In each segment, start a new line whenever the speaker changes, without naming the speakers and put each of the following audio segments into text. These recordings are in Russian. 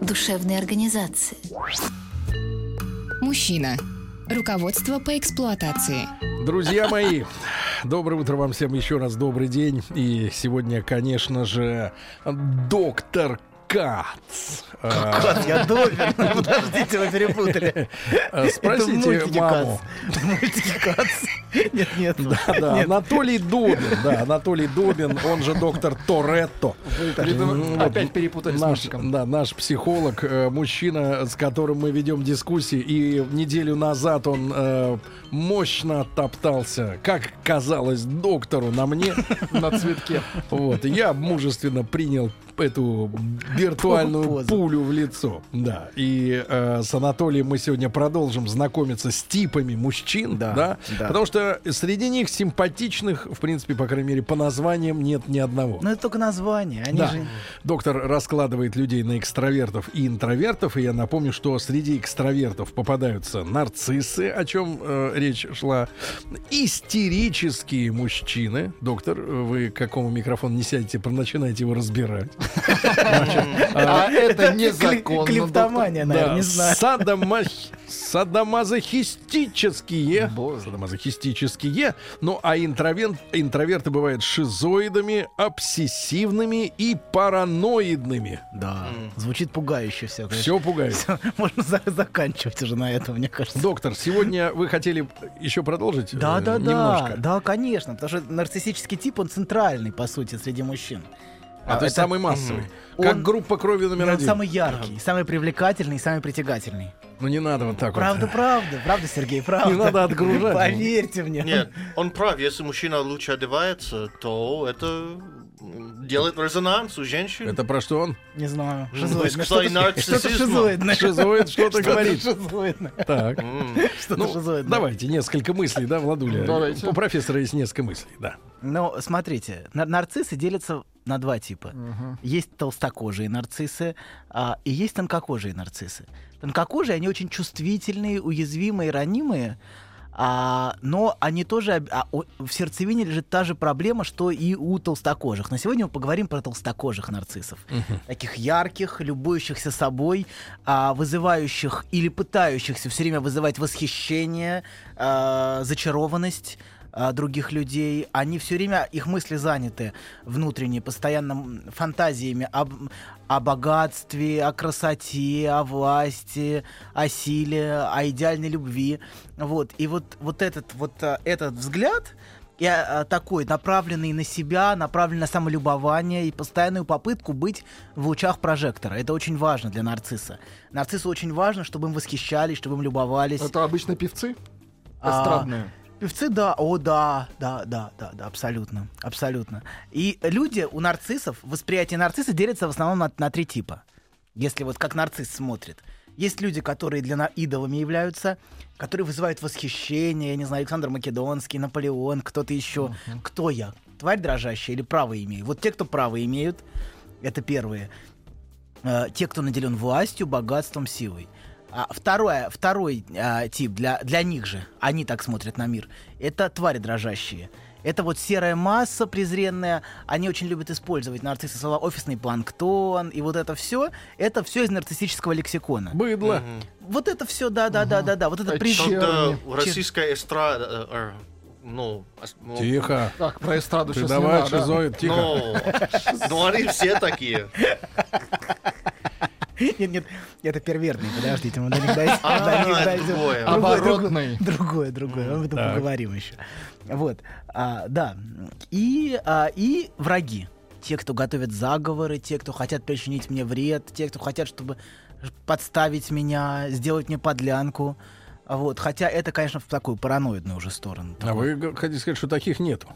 душевной организации.
Мужчина. Руководство по эксплуатации.
Друзья мои, доброе утро вам всем еще раз, добрый день. И сегодня, конечно же, доктор Кац. Э,
Кот, я Добин. Подождите, вы перепутали.
э,
Это в
Спросите
мультике
маму.
Кац. В мультике Кац. Нет, нет.
Да, да, Анатолий Добин, да, Анатолий Добин, он же доктор Торетто. М, вот
Опять перепутали с
наш,
мальчиком.
да, наш психолог, э, мужчина, с которым мы ведем дискуссии, и неделю назад он э, мощно оттоптался, как казалось доктору, на мне.
на цветке.
Вот, и я мужественно принял эту виртуальную
Позу.
пулю в лицо. Да. И э, с Анатолием мы сегодня продолжим знакомиться с типами мужчин, да,
Да, да.
Потому что среди них симпатичных, в принципе, по крайней мере, по названиям нет ни одного.
Ну, это только название. Они
Да.
же...
Доктор раскладывает людей на экстравертов и интровертов, и я напомню, что среди экстравертов попадаются нарциссы, о чем э, речь шла, истерические мужчины. Доктор, э, вы к какому микрофону не сядете, про- начинаете его разбирать.
А это
Кли-
незаконно.
Клептомания, наверное,
Да,
не знаю.
садомах- Садомазохистические.
Боже.
Садомазохистические. Ну, а интровент, интроверты бывают шизоидами, обсессивными и параноидными.
Да. Звучит пугающе все.
Все пугает.
Можно за- заканчивать уже на этом, мне кажется.
Доктор, сегодня вы хотели еще продолжить? э,
Да, да, да.
немножко?
Да, конечно. Потому что нарциссический тип, он центральный, по сути, среди мужчин.
А, то есть
это-
самый массовый.
Мгм.
Как
Он-
группа крови номер
Он
один.
самый яркий, самый привлекательный, самый притягательный.
Ну не надо вот так
Правда,
вот.
правда, правда, Сергей, правда.
Не надо отгружать.
Поверьте мне.
Нет, он прав. Если мужчина лучше одевается, то это м, делает резонанс у женщин.
Это про что он?
Не знаю.
Ну,
Шизоидное.
из
Что-то-
нарциссизма.
Что-то шизоидное.
Шизоид что-то говорит.
Шизоидное.
Так.
М.
Что-то
Ну,
шизоидное.
давайте несколько мыслей, да, Владуля?
Давайте.
У профессора есть несколько мыслей, да.
Ну, смотрите, нар- нарциссы делятся на два типа. Есть толстокожие нарциссы а, и есть тонкокожие нарциссы. Тонкокожие, они очень чувствительные, уязвимые, ранимые, а, но они тоже об- а, о- в сердцевине лежит та же проблема, что и у толстокожих. Но сегодня мы поговорим про толстокожих нарциссов. Таких ярких, любующихся собой, а, вызывающих или пытающихся все время вызывать восхищение, а, зачарованность а, других людей. Они все время, их мысли заняты внутренне, постоянно м, фантазиями об, о богатстве, о красоте, о власти, о силе, о идеальной любви. Вот. И вот, вот, этот, вот а, этот взгляд и, а, такой, направленный на себя, направленный на самолюбование и постоянную попытку быть в лучах прожектора. Это очень важно для нарцисса. Нарциссу очень важно, чтобы им восхищались, чтобы им любовались.
Это обычно певцы?
А,
Эстрадные.
Певцы, да, о, да, да, да, да, да, абсолютно, абсолютно. И люди у нарциссов, восприятие нарцисса делится в основном на, на три типа. Если вот как нарцисс смотрит. Есть люди, которые для на- идолами являются, которые вызывают восхищение, я не знаю, Александр Македонский, Наполеон, кто-то еще. Кто я? Тварь дрожащая или право имею? Вот те, кто право имеют, это первые. Э, те, кто наделен властью, богатством, силой. А второе, второй а, тип для, для них же, они так смотрят на мир, это твари дрожащие. Это вот серая масса презренная, они очень любят использовать нарциссы слова офисный планктон и вот это все, это все из нарциссического лексикона.
Быдло.
Вот это все, да, да, да, да, да, вот это
А
презр-
чё?
Когда
Черни.
российская эстрада... э, э, Ну, ос- ну,
Тихо.
Так, про эстраду
Ты
сейчас
давай,
не надо.
шизоид, тихо.
ну, ну, они все такие.
Нет, нет, это первертный, подождите, мы до них дойдем.
А,
до них дойдем.
другое.
Другое,
Оборотный.
Другое, другое, другое, об этом
Так.
поговорим еще. Вот, а, да, и, а, и враги. Те, кто готовят заговоры, те, кто хотят причинить мне вред, те, кто хотят, чтобы подставить меня, сделать мне подлянку. Вот, хотя это, конечно, в такую параноидную уже сторону.
А вы г- хотите сказать, что таких нету?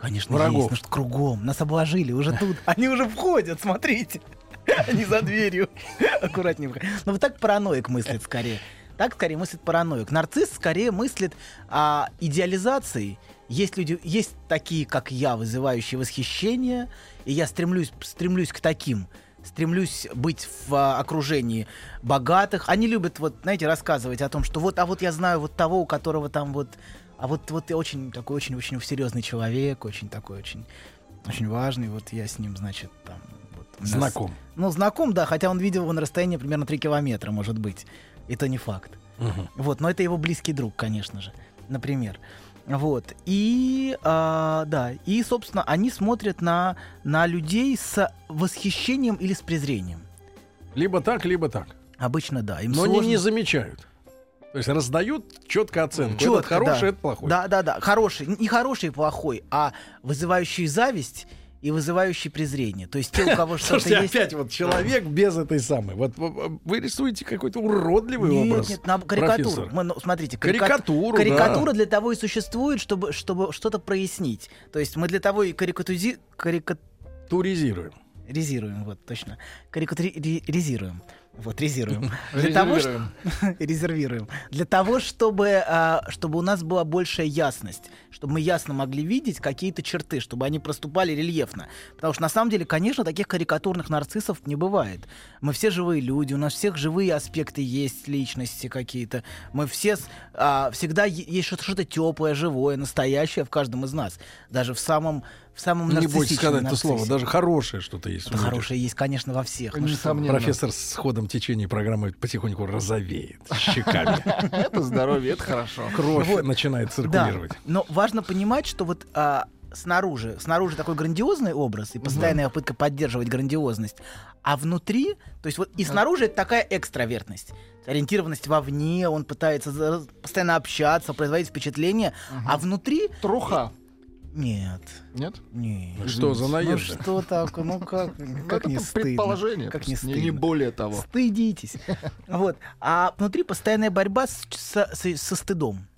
Конечно,
Врагов.
есть, ну что кругом. Нас обложили уже тут. Они уже входят, смотрите. не за дверью. Аккуратнее. выходи. Ну вот так параноик мыслит скорее. Так скорее мыслит параноик. Нарцисс скорее мыслит о идеализации. Есть люди, есть такие, как я, вызывающие восхищение, и я стремлюсь, стремлюсь к таким. Стремлюсь быть в а, окружении богатых. Они любят, вот, знаете, рассказывать о том, что вот, а вот я знаю вот того, у которого там вот, а вот, вот я очень такой, очень, очень серьезный человек, очень такой, очень, очень важный. Вот я с ним, значит, там. Вот, у нас-
Знаком.
ну, знаком, да, хотя он видел его на расстоянии примерно 3 километра, может быть. Это не факт. Вот, но это его близкий друг, конечно же, например. Вот. И, а, да, и, собственно, они смотрят на, на людей с восхищением или с презрением.
Либо так, либо так.
Обычно, да. Им
Но они
сложно-
не замечают. То есть раздают четко оценку.
Чётко,
этот хороший,
да.
это плохой.
Да, да, да. Хороший. Не хороший и плохой, а вызывающий зависть и вызывающий презрение. То есть те, у кого что-то
Слушайте,
есть...
опять вот человек без этой самой. Вот в- в- вы рисуете какой-то уродливый
Нет,
образ.
нет, на карикатуру.
профессор.
Мы, ну, смотрите,
Карикатуру, да.
карикатура для того и существует, чтобы, чтобы что-то прояснить. То есть мы для того и карикатузи...
Туризируем.
карикатуризируем, вот точно. Карикатуризируем. Вот, резируем. Для того, что... резервируем. Для того, чтобы, а, чтобы у нас была большая ясность, чтобы мы ясно могли видеть какие-то черты, чтобы они проступали рельефно. Потому что на самом деле, конечно, таких карикатурных нарциссов не бывает. Мы все живые люди, у нас всех живые аспекты есть, личности какие-то. Мы все с- а, всегда е- есть что-то, что-то теплое, живое, настоящее в каждом из нас. Даже в самом, в самом
Ну, Не
нарциссичном
бойся сказать это слово.
нарциссе.
Даже хорошее что-то есть. у
Это
людей.
хорошее есть, конечно, во всех. Ну что вы.
Несомненно.
Профессор с ходом течения программы потихоньку розовеет щеками.
Это здоровье, это хорошо.
А Кровь начинает
Да,
циркулировать.
но важно понимать, что вот а, снаружи, снаружи такой грандиозный образ и постоянная попытка поддерживать грандиозность, а внутри, то есть вот и снаружи это такая экстравертность, ориентированность вовне, он пытается за- постоянно общаться, производить впечатление, а внутри
Труха.
нет,
Нет?
нет.
Что за
Ну
наезд?
что такое, ну как, как
это
не
тут
стыдно.
предположение.
Как
то
не
есть
стыдно.
не более того.
Стыдитесь. Вот. А внутри постоянная борьба с- со, со- со стыдом.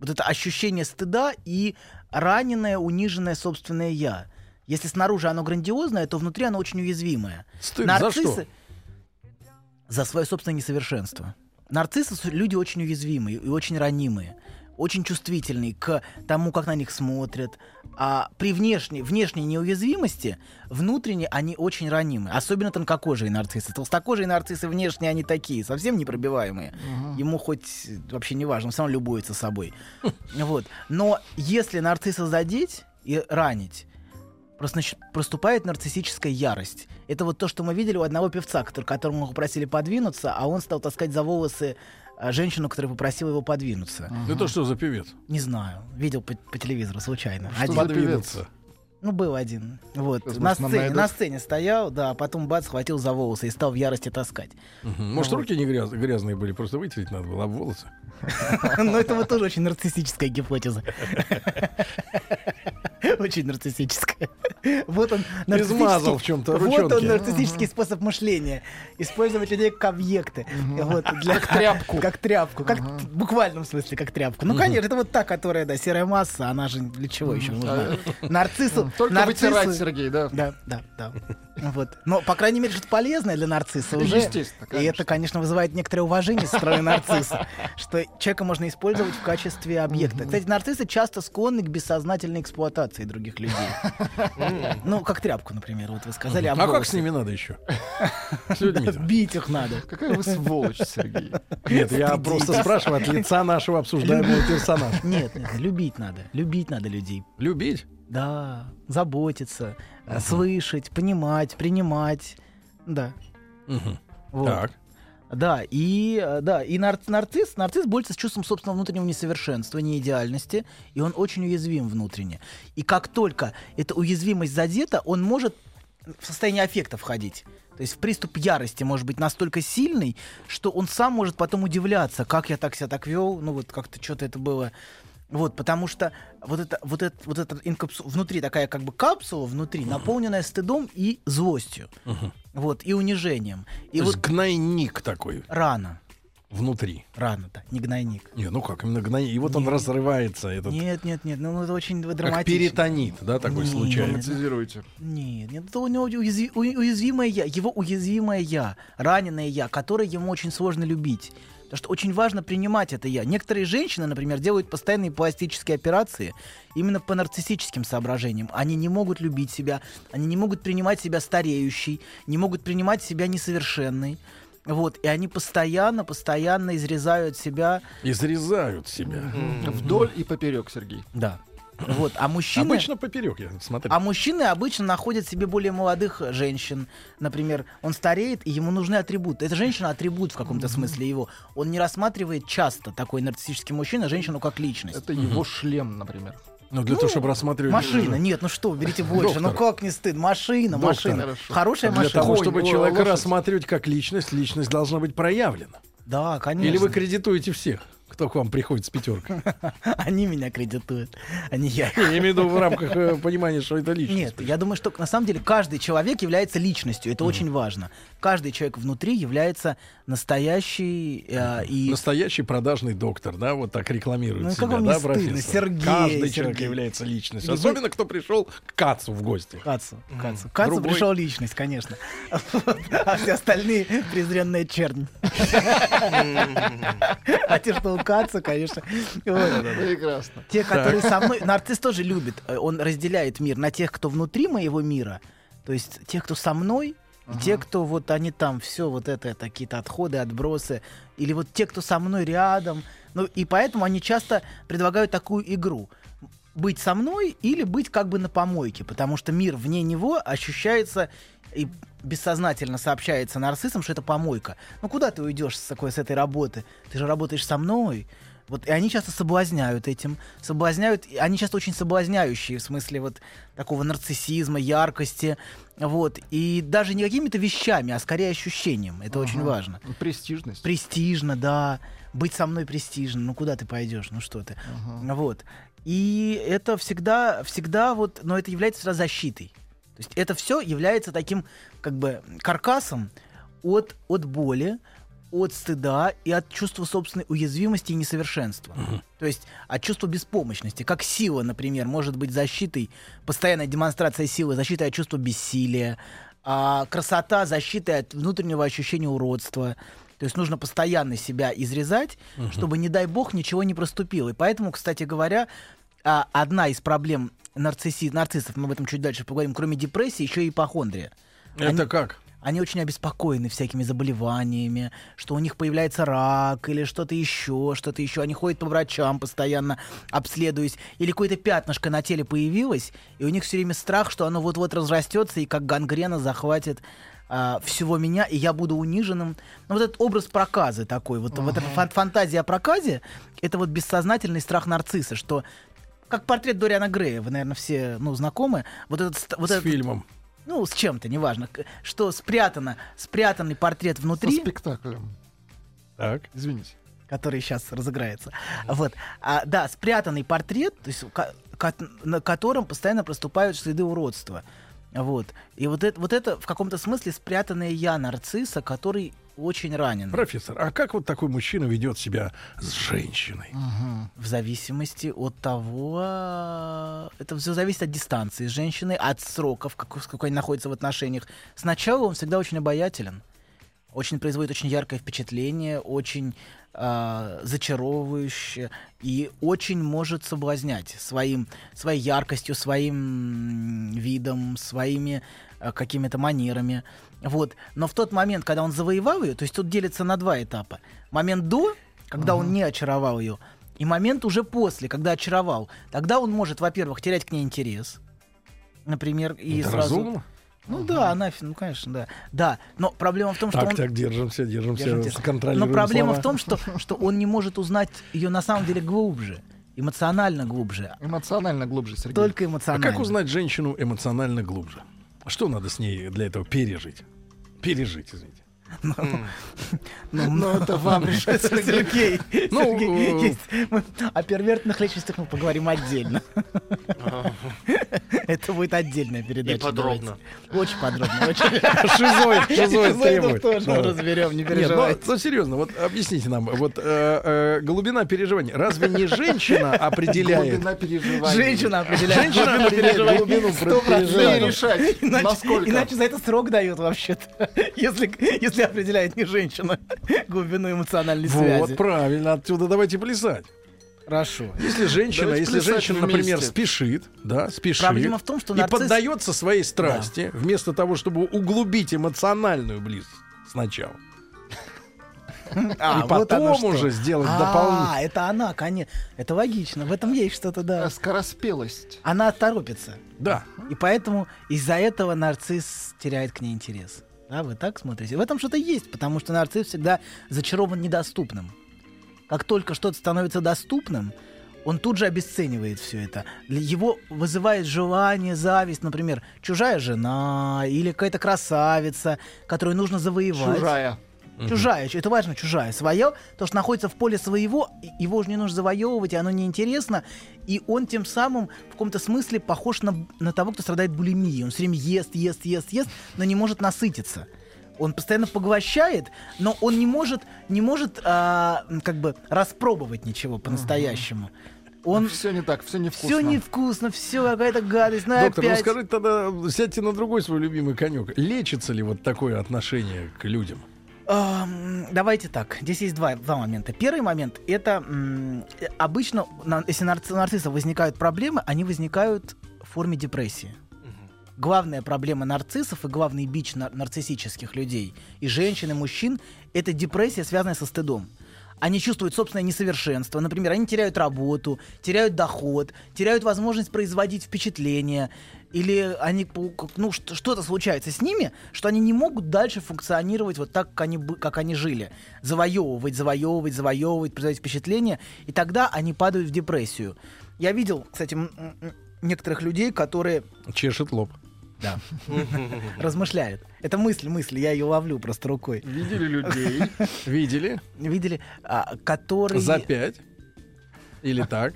Вот это ощущение стыда и раненое, униженное собственное я. Если снаружи оно грандиозное, то внутри оно очень уязвимое.
Стыд за что?
За свое собственное несовершенство. Нарциссы су- люди очень уязвимые и очень ранимые, очень чувствительные к тому, как на них смотрят. А при внешней, внешней неуязвимости внутренне они очень ранимы. Особенно тонкокожие нарциссы. Толстокожие нарциссы внешне они такие, совсем непробиваемые. Ему хоть э, вообще не важно, он сам любуется собой. Вот. Но если нарцисса задеть и ранить, Просто нач- проступает нарциссическая ярость. Это вот то, что мы видели у одного певца, который, которому попросили подвинуться, а он стал таскать за волосы а, женщину, которая попросила его подвинуться.
А.
Это что за певец?
Не знаю, видел по, по телевизору случайно.
Что
Один.
за певец?
Подвинуться.
Ну, был один. Вот.
Сейчас,
На
может, нам
сцене,
найдут?
на сцене стоял, да, а потом бац, схватил за волосы и стал в ярости таскать.
Мгм.
Ну
Может, руки не гряз- грязные были, просто вытереть надо было об волосы.
Но это вот тоже очень нарциссическая гипотеза. Очень нарциссическая. Вот он нарциссический-
Измазал в чём-то
Вот он
ручонки.
нарциссический способ мышления. Использовать людей как объекты. Вот, для, как тряпку. Как тряпку. Как, в буквальном смысле, как тряпку. Ну, конечно, это вот та, которая, да, серая масса, она же для чего еще нужна?
А,
Нарциссу.
Только
нарциссы-
вытирать, Сергей, да.
Да, да, да. Вот. Но, по крайней мере, что-то полезное для нарцисса уже.
Естественно,
И
конечно.
это, конечно, вызывает некоторое уважение со стороны нарцисса, что человека можно использовать в качестве объекта. Кстати, нарциссы часто склонны к бессознательной эксплуатации других людей. Ну, как тряпку, например, вот вы сказали.
А как с ними надо еще? С людьми.
Бить их надо.
Какая вы сволочь, Сергей.
Нет, я просто спрашиваю от лица нашего обсуждаемого персонажа.
Нет, нет, любить надо. Любить надо людей.
Любить?
Да, заботиться, э, слышать, понимать, принимать. Да.
Мгм.
Вот.
Так.
Да, и э, да, и нар- нарцисс, нарцисс борется с чувством собственного внутреннего несовершенства, неидеальности, и он очень уязвим внутренне. И как только эта уязвимость задета, он может в состояние аффекта входить. То есть в приступ ярости может быть настолько сильный, что он сам может потом удивляться, как я так себя так вел, ну вот как-то что-то это было. Вот, потому что вот это, вот это, вот это инкапсу- внутри такая как бы капсула внутри, наполненная стыдом и злостью, вот и унижением. И
То
вот
есть гнойник такой.
рано.
внутри.
Рано, да, не гнойник.
Не, ну как, именно гной- И вот он
Не.
разрывается, этот
Нет, нет, нет, ну это очень
как
драматично.
перитонит, да, такой
Не.
случайно.
Монетизируйте.
Нет, нет, это у него уязви- у- уязвимое я, его уязвимое я, раненое я, которое ему очень сложно любить. Потому что очень важно принимать это я. Некоторые женщины, например, делают постоянные пластические операции именно по нарциссическим соображениям. Они не могут любить себя, они не могут принимать себя стареющей, не могут принимать себя несовершенной. Вот, и они постоянно, постоянно изрезают себя.
Изрезают себя.
Вдоль и поперек, Сергей.
Да. Вот, а мужчины...
Обычно поперек, я смотрю.
А мужчины обычно находят себе более молодых э, женщин. Например, он стареет, и ему нужны атрибуты. Эта женщина атрибут в каком-то смысле его. Он не рассматривает часто такой нарциссический мужчина женщину как личность.
Это его шлем, например.
Ну, для того, чтобы рассматривать...
Машина, нет, ну что, берите больше. Ну как не стыд? Машина,
Доктор. А
машина.
Хорошо.
Хорошая
Для
машина. ну,
того,
Конь,
чтобы
л-
человека
лошадь.
рассматривать как личность, личность должна быть проявлена.
Да,
Или вы
конечно.
кредитуете всех, кто к вам приходит с пятеркой.
Они меня кредитуют, а не я. их.
Я имею в виду в рамках э, понимания, что это личность.
Нет, я думаю, что на самом деле каждый человек является личностью. Это очень важно. Каждый человек внутри является настоящий э, и
Настоящий продажный доктор, да, вот так рекламирует
Ну, как
себя,
вам не
да,
стыдно,
профессор?
Сергей,
Каждый человек
Сергей.
является личностью.
Любой-
Особенно, кто пришел к Кацу в гости.
Кацу. Кацу.
Мгм.
Кацу
Другой-
пришел личность, конечно. А все остальные презренная чернь. А те, что у Кацу, конечно. вот.
Прекрасно.
Те, которые со мной... Нарцисс тоже любит. э, Он разделяет мир на тех, кто внутри моего мира. То есть те, кто со мной, и те, кто вот они там, все вот это, это какие-то отходы, отбросы, или вот те, кто со мной рядом. Ну и поэтому они часто предлагают такую игру. Быть со мной или быть как бы на помойке, потому что мир вне него ощущается и бессознательно сообщается нарциссам, что это помойка. Ну куда ты уйдешь с, такой, с этой работы? Ты же работаешь со мной. Вот, и они часто соблазняют этим, соблазняют, и они часто очень соблазняющие, в смысле вот такого нарциссизма, яркости, вот, и даже не какими-то вещами, а скорее ощущением, это очень важно.
Престижность.
Престижно, да, быть со мной престижно, ну куда ты пойдешь, ну что ты, вот. И это всегда, всегда вот, но это является всегда защитой. То есть это все является таким, как бы, каркасом от, от боли, от стыда и от чувства собственной уязвимости и несовершенства. То есть от чувства беспомощности. Как сила, например, может быть защитой, постоянная демонстрация силы, защитой от чувства бессилия, а красота защитой от внутреннего ощущения уродства. То есть нужно постоянно себя изрезать, чтобы, не дай бог, ничего не проступило. И поэтому, кстати говоря, а, одна из проблем нарцисси- нарциссов, мы об этом чуть дальше поговорим, кроме депрессии, еще и ипохондрия.
Это как?
Они очень обеспокоены всякими заболеваниями, что у них появляется рак или что-то еще, что-то еще. Они ходят по врачам постоянно, обследуясь. Или какое-то пятнышко на теле появилось, и у них все время страх, что оно вот-вот разрастется и как гангрена захватит а, всего меня, и я буду униженным. Ну, вот этот образ проказы такой, вот, вот эта фан- фантазия о проказе, это вот бессознательный страх нарцисса, что как портрет Дориана Грея, вы, наверное, все ну, знакомы. Вот этот, ст- вот
С
этот-
фильмом.
ну, с чем-то, неважно, к- что спрятано, спрятанный портрет
Со
внутри,
спектаклем.
Так.
Извините.
который сейчас разыграется, вот, а, да, спрятанный портрет, то есть, ко- ко- на котором постоянно проступают следы уродства, вот, и вот это, вот это в каком-то смысле спрятанное я нарцисса, который очень ранен
Профессор, а как вот такой мужчина ведет себя с женщиной?
в зависимости от того, э, это все зависит от дистанции с женщиной, от сроков, как, сколько они находятся в отношениях. Сначала он всегда очень обаятелен, очень производит очень яркое впечатление, очень э, зачаровывающе и очень может соблазнять своим, своей яркостью, своим м, видом, своими э, какими-то манерами. Вот. Но в тот момент, когда он завоевал ее, то есть тут делится на два этапа. Момент до, когда он не очаровал ее, и момент уже после, когда очаровал. Тогда он может, во-первых, терять к ней интерес, например, и
Это
сразу...
разумно?
Ну да, нафиг, ну конечно, да. Да, но проблема в том, Ну, что
Так,
он...
так, держимся, держимся,
Держимся.
Ну, контролируем
Но проблема
слова.
в том, что, что он не может узнать ее на самом деле глубже, эмоционально глубже,
Эмоционально глубже, Сергей.
только
А
эмоционально.
как узнать женщину эмоционально глубже? А Что надо с ней для этого пережить? Пережить, извините.
Ну,
Но это вам решать.
Сергей,
Ну,
Сергей,
э,
есть. Мы о первертных личностях мы поговорим отдельно. Это будет отдельная передача.
подробно.
давайте. Очень подробно. очень.
Шизоид, шизоид
Эпизодов
требует.
тоже
Да.
мы разберем, не
Нет, ну,
переживайте.
ну, серьезно, вот объясните нам, вот э, э, глубина переживаний, разве не женщина определяет?
Глубина переживания.
Женщина определяет.
Женщина
глубину
определяет
переживаний.
глубину
Сто процентов.
Не решать,
Иначе,
насколько.
иначе за это срок дают вообще-то, если, если определяет не женщина глубину эмоциональной
Вот,
связи.
правильно, отсюда давайте плясать.
Хорошо.
Если женщина,
Давайте
если
плясать
женщина,
вместе.
например, спешит, да, спешит,
Проблема в том, что
и
нарцисс-
поддается своей страсти, вместо того, чтобы углубить эмоциональную близость сначала,
А,
и
вот оно
потом
что.
уже сделать дополнительно.
А, это она, конечно. Это логично. В этом есть что-то, да.
Скороспелость.
Она торопится.
Да.
И поэтому из-за этого нарцисс теряет к ней интерес. Да, вы так смотрите. В этом что-то есть, потому что нарцисс всегда зачарован недоступным. Как только что-то становится доступным, он тут же обесценивает все это. Для- Его вызывает желание, зависть, например, чужая жена или какая-то красавица, которую нужно завоевать.
Чужая.
Чужая, это важно, чужая. Свое, то, что находится в поле своего, и- его уже не нужно завоевывать, и оно неинтересно. И он тем самым в каком-то смысле похож на, на того, кто страдает булимией. Он все время ест, ест, ест, ест, но не может насытиться. Он постоянно поглощает, но он не может, не может а, м, как бы распробовать ничего по-настоящему. Он
Все не так, все невкусно.
все невкусно, все какая-то гадость, ну и
Доктор, ну
опять.
скажите тогда, сядьте на другой свой любимый конек. Лечится ли вот такое отношение к людям?
Ам, Давайте так. Здесь есть два, два момента. Первый момент это м, э, обычно, на- если нарци- у нарциссов возникают проблемы, они возникают в форме депрессии. Главная проблема нарциссов и главный бич нар- нарциссических людей и женщин, и мужчин это депрессия, связанная со стыдом. Они чувствуют собственное несовершенство. Например, они теряют работу, теряют доход, теряют возможность производить впечатление. Или они, пу- как- ну, что- что-то случается с ними, что они не могут дальше функционировать вот так, как они, бы- как они жили. Завоевывать, завоевывать, завоевывать, производить впечатление. И тогда они падают в депрессию. Я видел, кстати, м- м- м, некоторых людей, которые
Чешет лоб.
размышляют. Это мысль, мысль, я ее ловлю просто рукой.
Видели людей.
Видели?
Видели, а, которые...
За пять. Или так.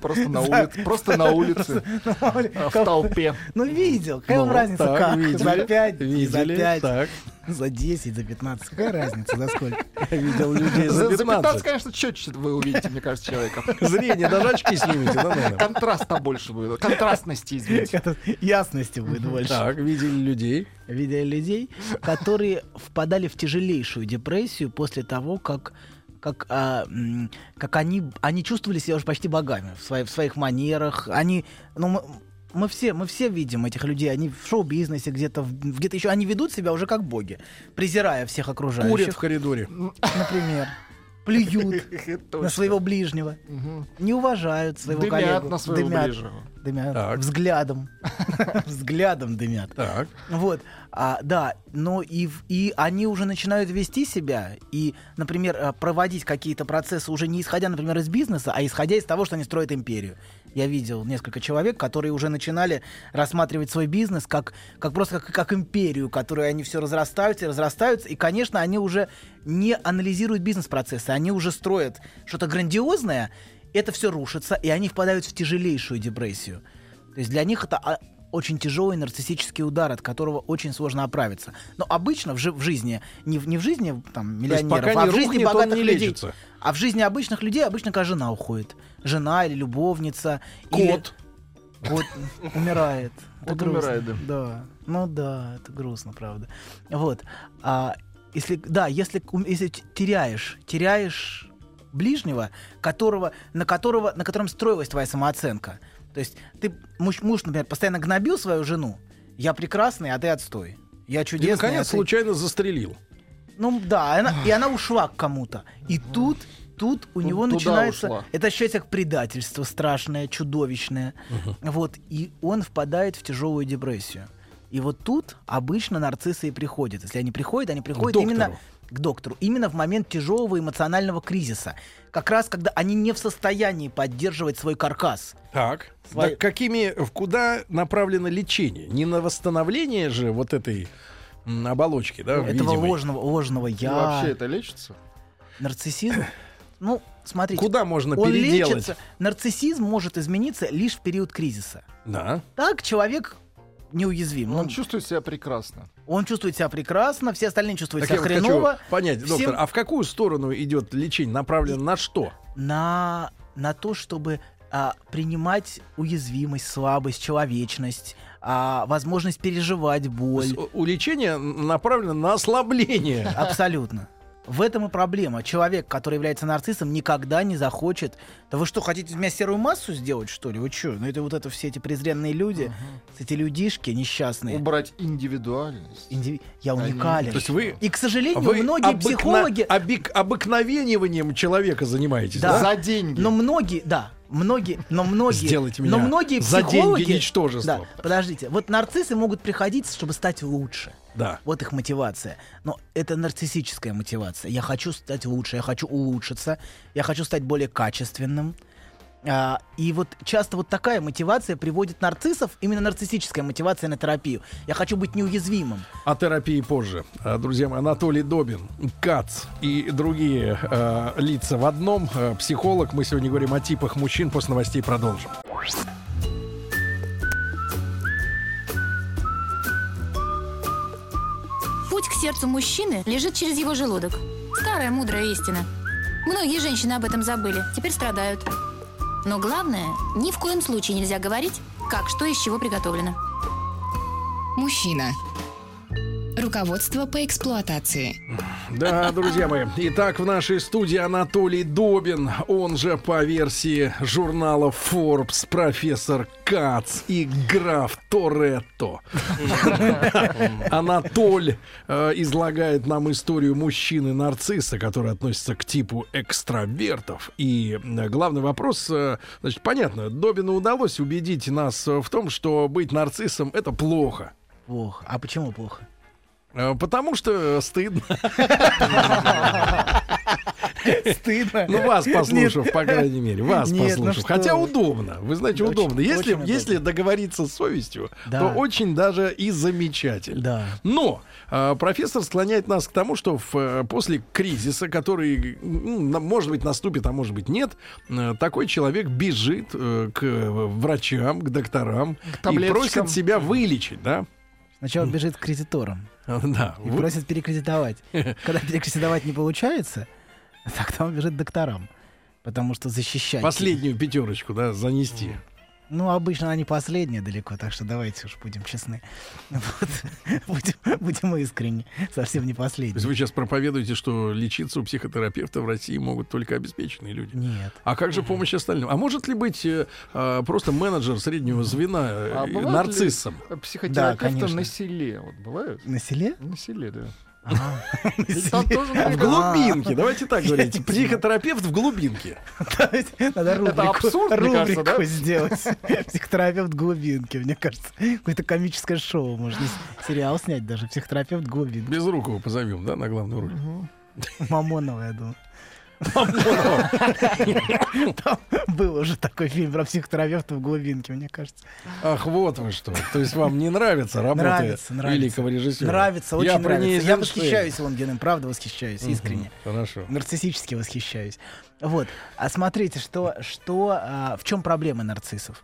Просто на улице. Просто на улице. а, В толпе.
Ну, видел. Какая вам
Ну,
разница,
так,
как?
видели,
за 5, за
видели,
5,
так.
за 10, за 15. Какая разница, за сколько?
Видел людей за
За за 15,
15.
конечно, четче вы увидите, мне кажется, человека.
Зрение, даже очки снимите. да, наверное.
Контраста больше будет. Контрастности, извините.
Это Ясности будет больше.
Так, видели людей.
Видя людей, которые впадали в тяжелейшую депрессию после того, как как, а, м, как они, они чувствовали себя уже почти богами в, свои- в своих манерах. Они, ну, мы, мы все, мы все видим этих людей. Они в шоу-бизнесе где-то, в- где-то еще, они ведут себя уже как боги, презирая всех окружающих.
Курят в коридоре.
например, плюют на своего ближнего,
Мгм.
не уважают своего
Дымят
коллегу,
на своего
дымят,
ближнего.
дымят
Так.
взглядом, взглядом дымят.
Так.
Вот, а, да, но и, в- и они уже начинают вести себя и, например, а, проводить какие-то процессы уже не исходя, например, из бизнеса, а исходя из того, что они строят империю. Я видел несколько человек, которые уже начинали рассматривать свой бизнес как, как просто как, как империю, которую они все разрастаются и разрастаются. И, конечно, они уже не анализируют бизнес-процессы, они уже строят что-то грандиозное, это все рушится, и они впадают в тяжелейшую депрессию. То есть для них это а, очень тяжелый нарциссический удар, от которого очень сложно оправиться. Но обычно в, жи- в жизни, не в, не в жизни там,
То есть
миллионеров,
пока
а
не
в жизни
рухнет, он
богатых
не
людей.
лечится.
А в жизни обычных людей обычно как жена уходит. Жена или любовница. или-
Кот.
Кот умирает. Это
Кот
грустно.
умирает, да.
Да. Ну да, это грустно, правда. Вот. А если, да, если, ум- если т- теряешь, теряешь ближнего, которого, на, которого, на котором строилась твоя самооценка. То есть ты, муж, муж, например, постоянно гнобил свою жену. Я прекрасный, а ты отстой. Я
И,
чудесный, а
наконец,
ты-
случайно застрелил.
ну да, она- и она ушла к кому-то. И тут, тут у
Ну,
него
туда
начинается...
ушла.
Это ощущается как предательство страшное, чудовищное. Вот, и он впадает в тяжелую депрессию. И вот тут обычно нарциссы и приходят. Если они приходят, они приходят
доктору.
именно к доктору. Именно в момент тяжелого эмоционального кризиса. Как раз, когда они не в состоянии поддерживать свой каркас.
Так.
Свои-
Так какими, в куда направлено лечение? Не на восстановление же вот этой м, оболочки, да,
этого
видимой?
ложного, ложного
И
я.
Вообще это лечится?
Нарциссизм? Ну, смотрите,
Куда можно
он
переделать?
лечится, нарциссизм может измениться лишь в период кризиса.
Да.
Так человек неуязвим.
Он
Ну,
чувствует себя прекрасно.
Он чувствует себя прекрасно, все остальные чувствуют
Так я
себя
вот
хреново.
хочу понять,
Всем-
доктор, а в какую сторону идет лечение? Направлено на что?
на, на то, чтобы а, принимать уязвимость, слабость, человечность, а, возможность переживать боль.
С- У лечения направлено на ослабление.
Абсолютно. В этом и проблема. Человек, который является нарциссом, никогда не захочет. Да вы что, хотите из меня серую массу сделать, что ли? Вы что? Ну это вот это все эти презренные люди, эти людишки несчастные.
Убрать индивидуальность.
Индиви- Я
Они-
уникален.
То есть вы-
И, к сожалению,
Вы
многие
обыкна-
психологи...
обик- обыкновением человека занимаетесь, да?
Да. Ну,
За деньги.
Но многие, да, многие, но многие,
Сделайте меня
но многие
за
психологи-
деньги ничтожеством.
Да, подождите, вот нарциссы могут приходить, чтобы стать лучше.
Да.
Вот их мотивация. Но это нарциссическая мотивация. Я хочу стать лучше, я хочу улучшиться, я хочу стать более качественным. А, и вот часто вот такая мотивация приводит нарциссов, именно нарциссическая мотивация на терапию. Я хочу быть неуязвимым.
О терапии позже. А, Друзья мои, Анатолий Добин, Кац и другие э, лица в одном. э, психолог. Мы сегодня говорим о типах мужчин. После новостей продолжим.
Путь к сердцу мужчины лежит через его желудок. Старая мудрая истина. Многие женщины об этом забыли, теперь страдают. Но главное, ни в коем случае нельзя говорить, как что из чего приготовлено.
Мужчина. Руководство по эксплуатации.
Да, друзья мои. Итак, в нашей студии Анатолий Добин, он же по версии журнала Forbes, профессор Кац и граф Торетто. Анатоль э, излагает нам историю мужчины-нарцисса, который относится к типу экстравертов. И э, главный вопрос, э, значит, понятно, Добину удалось убедить нас э, в том, что быть нарциссом — это плохо.
Плохо. А почему плохо?
Э, Потому что э, стыдно.
Стыдно.
Ну, вас послушав, по крайней мере, вас
Нет, ну
послушав.
что
Хотя
вы.
удобно, вы знаете,
Очень-
удобно. Если,
очень удобно.
если договориться с совестью,
Да.
то очень даже и замечательно.
Да.
Но э, профессор склоняет нас к тому, что в, э, после кризиса, который, м, на- может быть, наступит, а может быть, нет, э, такой человек бежит э, к врачам, к докторам и
таблеточкам.
просит себя вылечить, да?
Сначала бежит к кредиторам.
Да.
И
Вы-
просит перекредитовать. Когда перекредитовать не получается, тогда он бежит к докторам. Потому что защищать.
Последнюю пятерочку, да, занести.
Ну, обычно она не последняя далеко, так что давайте уж будем честны. Вот. Будем, будем искренни. Совсем не
То есть
последняя.
вы сейчас проповедуете, что лечиться у психотерапевта в России могут только обеспеченные люди.
Нет.
А как же помощь остальным? А может ли быть э, э, просто менеджер среднего звена э,
А бывают ли
нарциссом?
Да, конечно.
Психотерапевты на селе. Вот бывают?
На селе?
На селе, да.
На
Ведь Ну, там
селе.
тоже
В
наверняка-
глубинке, давайте так говорить. Психотерапевт в глубинке.
Надо рубрику,
абсурд, мне кажется,
рубрику
да?
сделать. Психотерапевт глубинки, мне кажется. Какое-то комическое шоу можно с- сериал снять даже. Психотерапевт глубинки.
Без рук его позовем, да, на главную роль.
Мамонова, я думаю. Там был уже такой фильм про психотерапевта в глубинке, мне кажется.
Ах, вот вы что. То есть вам не нравится работа
Нравится, нравится.
великого режиссера?
Нравится, очень
Я про
нравится.
ней
Я
Эйзенштейн.
восхищаюсь Лонгиным, правда восхищаюсь,
Мгм,
искренне.
Хорошо.
Нарциссически восхищаюсь. Вот. А смотрите, что, что, а, в чем проблема нарциссов?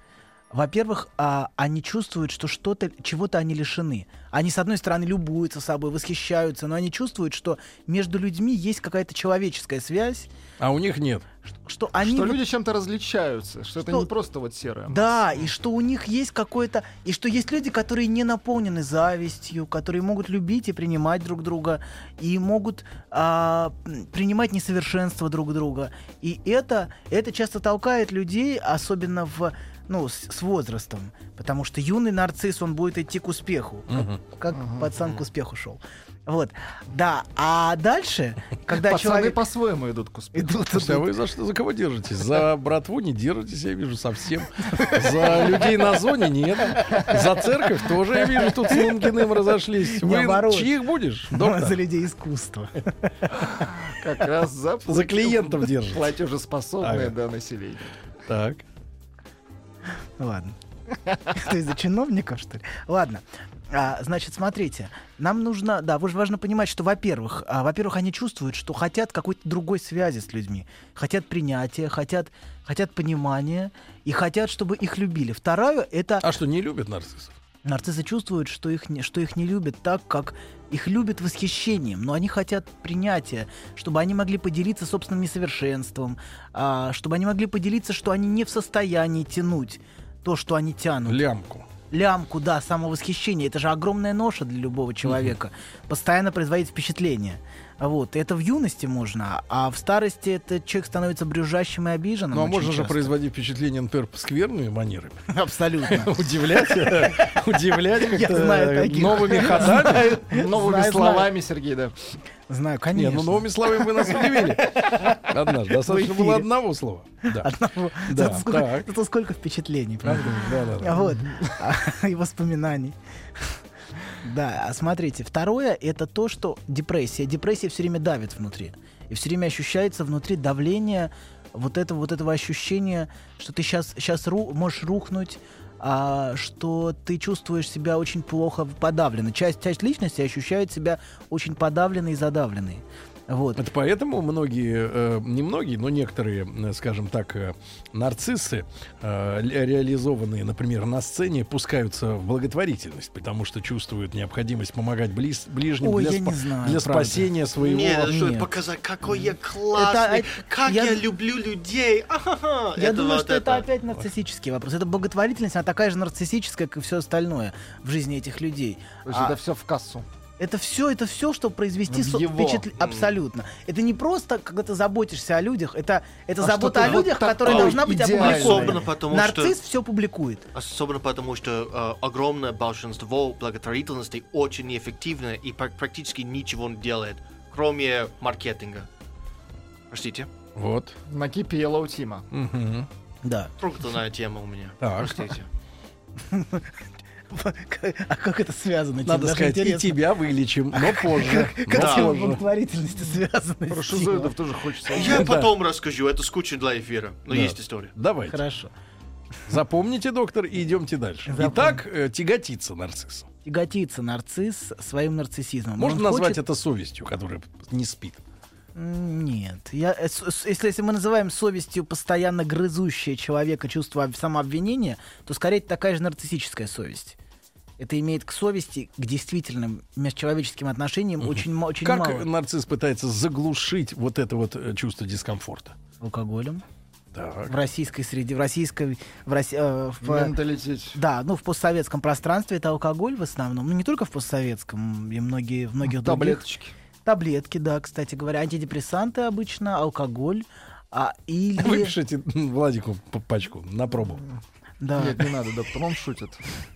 Во-первых, а, они чувствуют, что что-то, чего-то они лишены. Они, с одной стороны, любуются собой, восхищаются, но они чувствуют, что между людьми есть какая-то человеческая связь,
А у них нет.
что, что они...
Что
вот-
люди чем-то различаются, что это
Что-
не просто вот серое.
Да, и что у них есть какое-то... И что есть люди, которые не наполнены завистью, которые могут любить и принимать друг друга, и могут а, м, принимать несовершенство друг друга. И это, это часто толкает людей, особенно в, ну, с, с возрастом. Потому что юный нарцисс, он будет идти к успеху. Как пацан к успеху шел. Вот. Да, а дальше, когда
Пацаны
человек...
по-своему идут к успеху.
Идут,
Слушайте, а
идут.
вы за что за кого держитесь? За братву не держитесь, я вижу совсем. За людей на зоне нет. За церковь тоже я вижу, тут с Лунгиным разошлись. Вы
Наоборот.
чьих будешь?
за
Доктор?
людей искусства.
Как раз за,
За клиентов держит.
Платежеспособное
Ага.
да, население.
Так.
Ладно. Ты за чиновников, что ли? Ладно. А, значит, смотрите, нам нужно, да, вы же важно понимать, что, во-первых, а, во-первых, они чувствуют, что хотят какой-то другой связи с людьми, хотят принятия, хотят, хотят понимания и хотят, чтобы их любили. Второе это
А что, не любят нарциссов?
нарциссы чувствуют, что их не, что их не любят так, как их любят восхищением, но они хотят принятия, чтобы они могли поделиться собственным несовершенством, а, чтобы они могли поделиться, что они не в состоянии тянуть то, что они тянут
Лямку.
лямку, да, самовосхищение. Это же огромная ноша для любого человека. Постоянно производить впечатление. Вот, это в юности можно, а в старости это человек становится брюзжащим и обиженным.
Ну а
очень
можно же
часто.
производить впечатление, например, скверными манерами.
Абсолютно.
Удивлять, э, удивлять как-то,
знаю
э,
таких.
новыми ходами.
Новыми
Знаю, знаю.
словами, Сергей, да.
Знаю,
Не,
конечно.
ну новыми словами вы нас удивили. Однажды. Достаточно было
эфире.
одного слова. Да.
Одного.
Да,
Зато сколько-
так.
зато сколько впечатлений, правда?
Да, да, да.
Вот. И воспоминаний. Да, а смотрите, второе это то, что депрессия. Депрессия все время давит внутри. И все время ощущается внутри давление вот этого, вот этого ощущения, что ты сейчас, сейчас ру, можешь рухнуть, а, что ты чувствуешь себя очень плохо подавленно. Часть, часть личности ощущает себя очень подавленной и задавленной. Вот.
Это поэтому многие, э, не многие, но некоторые, э, скажем так, э, нарциссы, э, ле- реализованные, например, на сцене, пускаются в благотворительность, потому что чувствуют необходимость помогать близ- ближним
Ой,
для,
я не
спа-
знаю,
для
правда.
спасения своего.
Нет, это что,
нет.
показать, какой я классный,
Это, а,
как
я-
я... люблю людей. Ахаха.
Я
Это
думаю,
вот
что это. опять нарциссический вопрос. Это благотворительность, она такая же нарциссическая, как и все остальное в жизни этих людей.
То есть
А,
это все в кассу.
это все, это все, чтобы произвести
В
со-
его.
впечатл- Абсолютно. Это не просто, когда ты заботишься о людях, это, это
А
забота о
что-то вот
людях,
такой
а,
которая должна быть
идеальный.
Особенно
опубликована.
потому,
Нарцисс
что...
все публикует.
Особенно потому, что э, огромное большинство благотворительности очень неэффективно и пр- практически ничего не делает, кроме маркетинга. Простите,
Вот.
Накипело у Тима.
Ну,
Мгм.
Да.
трогательная тема у меня.
Так.
Простите.
А как это связано? Тим?
Надо
Даже
сказать, и
интересно.
тебя вылечим, но позже.
Как
но
Да.
тема
позже.
благотворительности связана
Про
с Тимом?
шизоидов тоже хочется.
Я потом расскажу, это скучно для эфира, но
Да.
есть история.
Давайте.
Хорошо.
Запомните, доктор, и идемте дальше.
Запомню.
Итак, э, тяготится нарцисс.
Тяготится нарцисс своим нарциссизмом.
Можно
Ну, Он
назвать
хочет-
это совестью, которая не спит.
М, Нет. Я, э, с- с- если, если мы называем совестью постоянно грызущее человека чувство об- самообвинения, то скорее это такая же нарциссическая совесть. Это имеет к совести, к действительным межчеловеческим отношениям очень, ма- очень
Как
э, ну,
мало.
нарцисс пытается заглушить вот это вот э, чувство дискомфорта?
Алкоголем.
Так.
В российской среде, в российской... В Росси- э, в, э,
Менталитет.
да, ну в постсоветском пространстве это алкоголь в основном. Ну не только в постсоветском, и многие, в многих других.
Таблеточки.
Таблетки, да, кстати говоря. Антидепрессанты обычно, алкоголь. А, или...
Выпишите м, Владику п- пачку на пробу.
Да.
Нет, не надо, доктор, он шутит.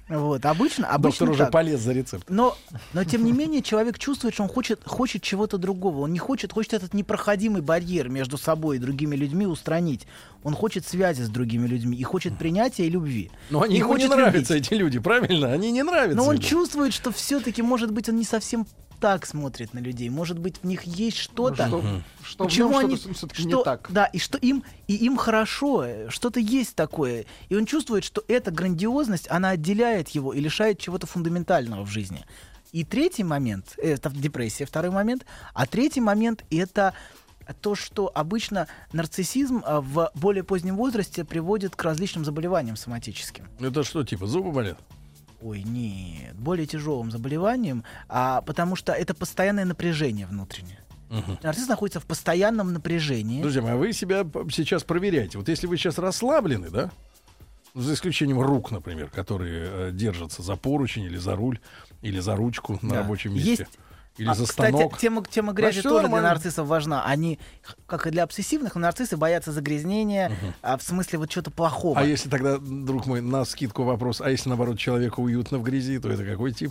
Вот, обычно, обычно
Доктор уже
так.
полез за рецепт.
Но, но тем не менее человек чувствует, что он хочет, хочет чего-то другого. Он не хочет, хочет этот непроходимый барьер между собой и другими людьми устранить. Он хочет связи с другими людьми и хочет принятия и любви.
Но Ну, они
И
ему не
хочет
нравятся,
любить.
эти люди, правильно? Они не нравятся.
Но он
ему.
чувствует, что все-таки, может быть, он не совсем так смотрит на людей. Может быть, в них есть что-то.
Что, что в
Почему
нем
они-
что-то все-таки
что-
не так.
Да, и что им, и им хорошо, э, что-то есть такое. И он чувствует, что эта грандиозность, она отделяет его и лишает чего-то фундаментального в жизни. И третий момент, э, это депрессия, второй момент, а третий момент это то, что обычно нарциссизм а, в более позднем возрасте приводит к различным заболеваниям соматическим.
Это что, типа, зубы болят?
Ой, нет, более тяжелым заболеванием, а, потому что это постоянное напряжение внутреннее.
Мгм.
Нарцисс находится в постоянном напряжении.
Друзья мои, а вы себя п- сейчас проверяете. Вот если вы сейчас расслаблены, да? ну, За исключением рук, например, которые э, держатся за поручень или за руль, или за ручку на
Да.
рабочем месте.
Есть-
Или
А,
за
Кстати,
станок.
тема, тема грязи
Значит, всё
тоже
нормально.
для нарциссов важна. Они, х- как и для обсессивных, но нарциссы боятся загрязнения, а, в смысле вот чего-то плохого.
А если тогда, друг мой, на скидку вопрос, а если наоборот человеку уютно в грязи, то это какой тип?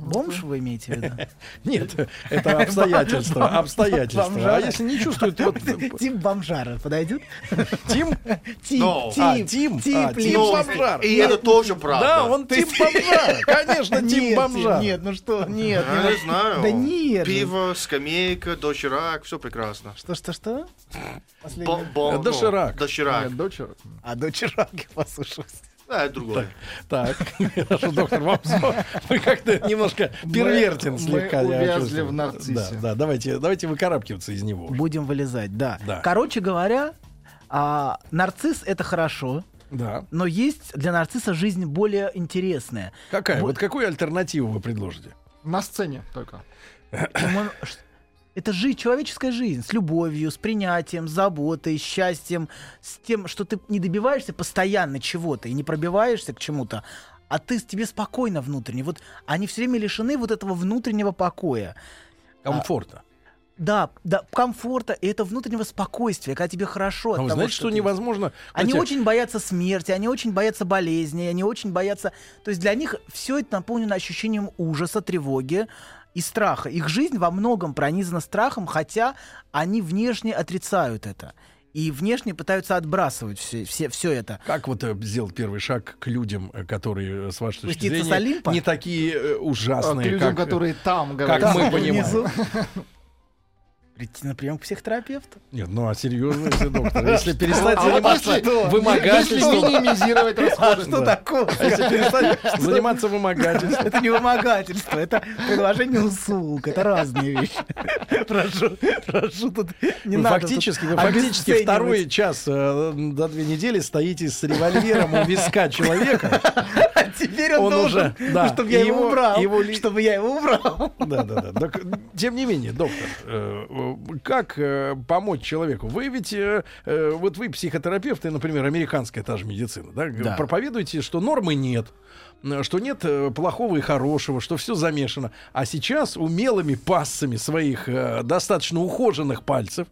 Бомж вы имеете в виду?
Нет, это обстоятельства, обстоятельства. А
бомжара.
если не чувствует, вот
Тим Бомжара подойдет?
Тим,
Тим,
Но.
а,
Тим,
Тим,
Тим,
а, Тим
Тим.
Ну,
Бомжар.
И это тоже правда.
Да, он
Ты-
Тим Бомжар, конечно, Тим
Ну, Нет,
Бомжар.
Нет, ну что, нет.
Я
ну-
не знаю.
Да нет. ну,
Пиво, скамейка, доширак, все прекрасно.
Что, что, что?
Бо-
Последнее.
бо- ну,
Доширак.
Доширак.
Нет, дочер.
А, дочь Раки послушался.
Да, это другое.
Так, хорошо, доктор, вам слово. Вы как-то немножко первертен
мы
слегка. я
увязли
чувствую.
в нарциссе.
Да, да, давайте, давайте выкарабкиваться из него.
Будем вылезать, да.
Да.
Короче говоря, а, нарцисс это хорошо,
Да.
но есть для нарцисса жизнь более интересная.
Какая?
Бу-
Вот какую альтернативу вы предложите?
На сцене только.
Почему он- ш- Это жизнь, человеческая жизнь с любовью, с принятием, с заботой, с счастьем, с тем, что ты не добиваешься постоянно чего-то и не пробиваешься к чему-то, а ты тебе спокойно внутренне. Вот они все время лишены вот этого внутреннего покоя.
Комфортно.
Да, да, комфорта и это внутреннего спокойствия, когда тебе
А
хорошо. от
вы
того,
знаете, что
ты-
невозможно...
Они
знаете,
очень боятся смерти, они очень боятся болезней, они очень боятся... То есть для них все это наполнено ощущением ужаса, тревоги и страха. Их жизнь во многом пронизана страхом, хотя они внешне отрицают это. И внешне пытаются отбрасывать все, все, все это.
Как вот э, сделать первый шаг к людям, э, которые, э, с вашей точки
Спуститься с
зрения,
Олимпа?
не такие э,
А, К
ужасные,
людям,
как, э,
которые там
как
говорят. А
мы
Там,
понимаем?
Прийти на прием к психотерапевту.
Нет, ну а серьезно, если доктор, если перестать
А вот
заниматься
если- Если
вымогательством...
минимизировать расходы.
А Что такое?
А Если перестать заниматься вымогательством...
Это не вымогательство, это предложение услуг, это разные вещи. Прошу, прошу тут не
Вы
надо.
Ну, фактически,
тут
вы фактически
обесценивать.
второй час э, до две недели стоите с револьвером у виска человека.
А теперь он,
Он
должен,
уже, да,
чтобы я
и
его
его-
убрал,
его ли-
чтобы я его убрал.
Да, да, да. Так, Тем не менее, доктор, э, э, как э, помочь человеку? Вы ведь, э, э, вот вы психотерапевты, например, американская та же медицина, да, г-
Да.
проповедуете, что нормы нет, э, что нет э, плохого и хорошего, что все замешано. А сейчас умелыми пассами своих э, достаточно ухоженных пальцев,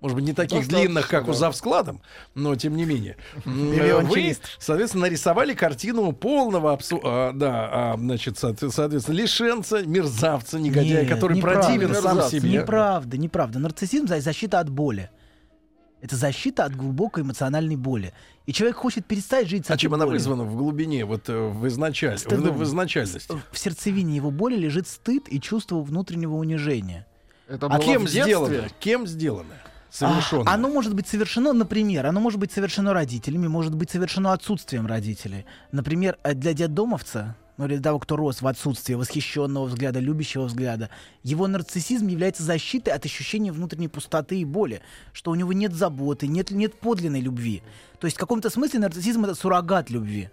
может быть, не таких
Достаточно,
длинных, как у
да.
завскладом, но тем не менее. м, э, Вы,
Виолончелист.
соответственно, нарисовали картину полного абсу... а, да, а, значит, соотве- соответственно, лишенца, мерзавца, негодяя,
Нет,
который
неправда.
противен сам
Мерзавца.
себе.
Неправда, неправда. Нарциссизм за- защита от боли. Это защита от глубокой эмоциональной боли. И человек хочет перестать жить с
А
этой
чем она
болью.
вызвана в глубине, вот э, в, изначаль... в,
Стыдом.
в изначальности?
В сердцевине его боли лежит стыд и чувство внутреннего унижения.
Это
А
было
Кем
в детстве.
сделано? Кем сделано? Совершенно.
А, оно может быть совершено, например, оно может быть совершено родителями, может быть совершено отсутствием родителей. Например, э, для детдомовца, ну или для того, кто рос в отсутствии восхищенного взгляда, любящего взгляда, его нарциссизм является защитой от ощущения внутренней пустоты и боли, что у него нет заботы, нет, нет подлинной любви. То есть в каком-то смысле нарциссизм — это суррогат любви.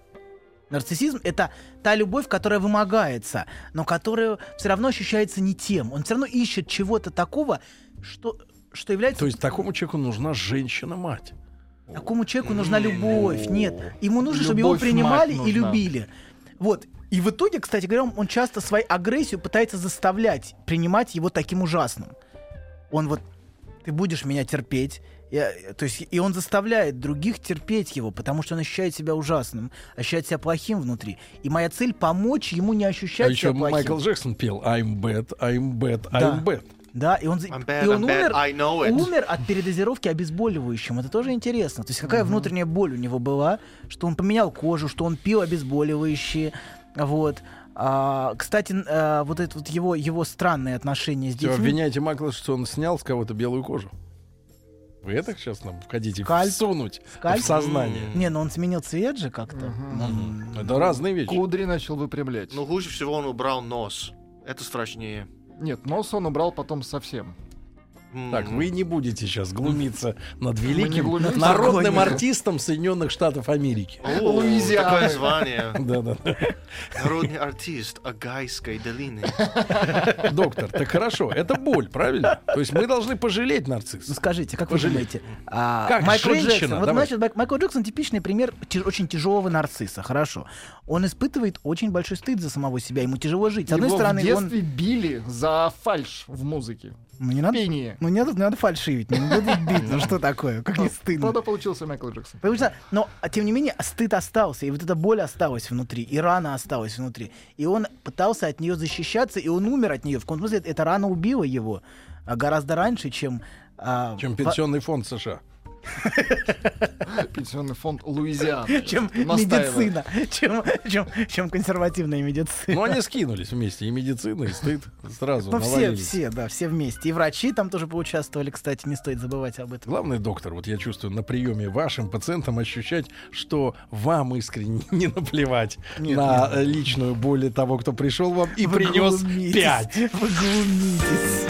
Нарциссизм — это та любовь, которая вымогается, но которая все равно ощущается не тем. Он все равно ищет чего-то такого, что, что является
То есть такому человеку нужна женщина-мать. А
Такому человеку нужна любовь. Нет. Ему нужно, чтобы его
Любовь
принимали
мать
и
нужна.
любили. Вот. И в итоге, кстати говоря, он- он часто свою агрессию пытается заставлять принимать его таким ужасным. Он вот, ты будешь меня терпеть. Я- то есть, и он заставляет других терпеть его, потому что он ощущает себя ужасным, ощущает себя плохим внутри. И моя цель помочь ему не ощущать
а еще
себя плохим.
Майкл Джексон пел «I'm bad, I'm bad, I'm
Да.
bad».
Да, и он, за-
I'm bad,
и он
I'm bad,
умер,
I know it.
умер от передозировки обезболивающим. Это тоже интересно. То есть какая внутренняя боль у него была, что он поменял кожу, что он пил обезболивающие. Вот. А, кстати, н- а, вот это вот его, его странные отношения с
Все,
детьми.
Типа, обвиняйте Майкла, что он снял с кого-то белую кожу. Вы это сейчас нам хотите
Скальп.
всунуть
Скальп.
в сознание?
Не, но он сменил цвет же как-то.
Мгм. Это разные вещи.
Кудри начал выпрямлять.
Ну,
Но хуже всего он убрал нос. Это страшнее.
Нет, нос он убрал потом совсем.
М,
Так, вы не будете сейчас глумиться над
Мы
великим
не глумимся.
народным
Спокойно.
артистом Соединенных Штатов Америки.
о,
Луизиана.
Такое звание.
Да-да.
Народный артист Агайской долины.
Доктор, так хорошо, это боль, правильно? То есть мы должны пожалеть
Ну
нарцисса.
скажите, как
Пожалей.
вы думаете? а,
Как
Майкл
женщина,
Джексон, вот,
давай.
значит, Майк- Майкл Джексон типичный пример ти- очень тяжелого нарцисса, хорошо. Он испытывает очень большой стыд за самого себя, ему тяжело жить. С одной
Его
стороны,
в
он...
детстве били за фальш в музыке.
Ну, не
В
надо
пении.
Ну не надо, не надо фальшивить, не надо бить, ну что такое, как не стыдно.
Тогда получился Майкл Джексон.
Потому что, но а тем не менее стыд остался, и вот эта боль осталась внутри, и рана осталась внутри, и он пытался от нее защищаться, и он умер от нее. В каком смысле эта рана убила его а, гораздо раньше, чем а,
Чем
во-
пенсионный фонд США.
Пенсионный фонд Луизианы.
Чем
Всё-таки настаивает.
медицина, чем, чем, чем консервативная медицина.
Но они скинулись вместе, и медицина, и стыд сразу
Ну, все,
навалились.
все, да, все вместе. И врачи там тоже поучаствовали, кстати, не стоит забывать об этом.
Главное, доктор, вот я чувствую на приеме вашим пациентам ощущать, что вам искренне не наплевать
Нет,
на э, личную боль того, кто пришел вам и
Вы
принес
глумитесь,
пять.
Вы глумитесь.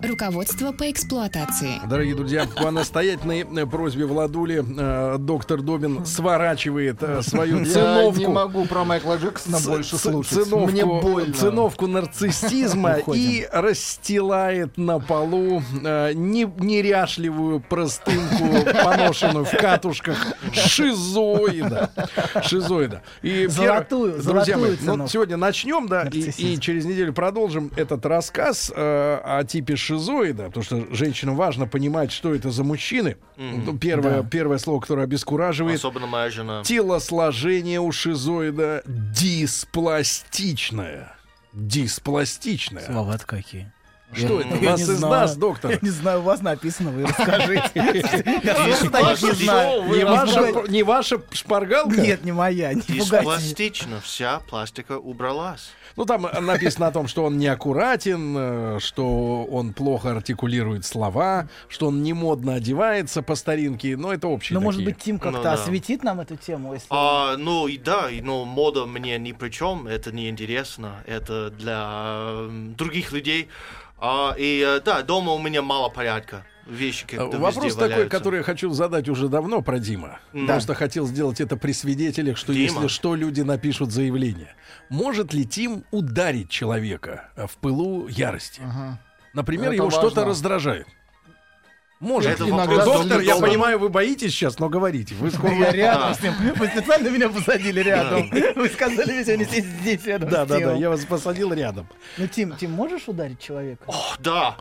Руководство по эксплуатации.
Дорогие друзья, по настоятельной э, просьбе Владули э, доктор Добин сворачивает э, свою
Я не
циновку.
могу про Майкла Джексона
ц-
больше
ц-
слушать.
циновку-
Мне больно.
циновку нарциссизма и расстилает на полу э, не- неряшливую простынку, поношенную в катушках шизоида. Шизоида. И пер-
Золотую,
друзья мои,
золотую
ну,
циновку.
сегодня начнем, да, и- и,
Нарциссизм.
через неделю продолжим этот рассказ э, о типе шизоида, потому что женщинам важно понимать, что это за мужчины. Ну, Первое, первое слово, которое обескураживает,
Особенно моя жена.
телосложение у шизоида диспластичное. Диспластичное.
Слова-то какие.
Ну, Что это?
Я
Вас
не
издаст,
знаю.
доктор?
Я не знаю, у вас написано, вы расскажите. Я просто таких не
Пожалуйста,
знаю.
Не ваша,
пугай-
не ваша шпаргалка?
Нет, не моя, не пугайте.
Диспластично, вся пластика убралась.
Ну, там э, написано о том, что он неаккуратен, э, что он плохо артикулирует слова, что он не модно одевается по старинке, но это общие
Ну, может
такие.
быть, Тим
Ну
как-то
да.
осветит нам эту тему, если...
А, ну и да, и, но мода мне ни при чем, это не интересно, это для м, других людей. А, и э, да, дома у меня мало порядка. Вещи
Э,
как-то
Вопрос
везде
такой,
валяются.
который я хочу задать уже давно про Дима. Просто хотел сделать это при свидетелях, что
Дима.
если что, люди напишут заявление. Может ли Тим ударить человека э, в пылу ярости? Например,
Это
его что-то
важно.
раздражает. Может.
Это
Иногда-
вопрос
доктор,
доктора.
я понимаю, вы боитесь сейчас, но говорите. Вы скоро...
Я рядом с ним. Вы специально меня посадили рядом. Вы сказали, ведь не сесть здесь рядом
Да,
с
да, да,
Тимом.
я вас посадил рядом.
Ну, Тим, Тим, можешь ударить человека?
О, да.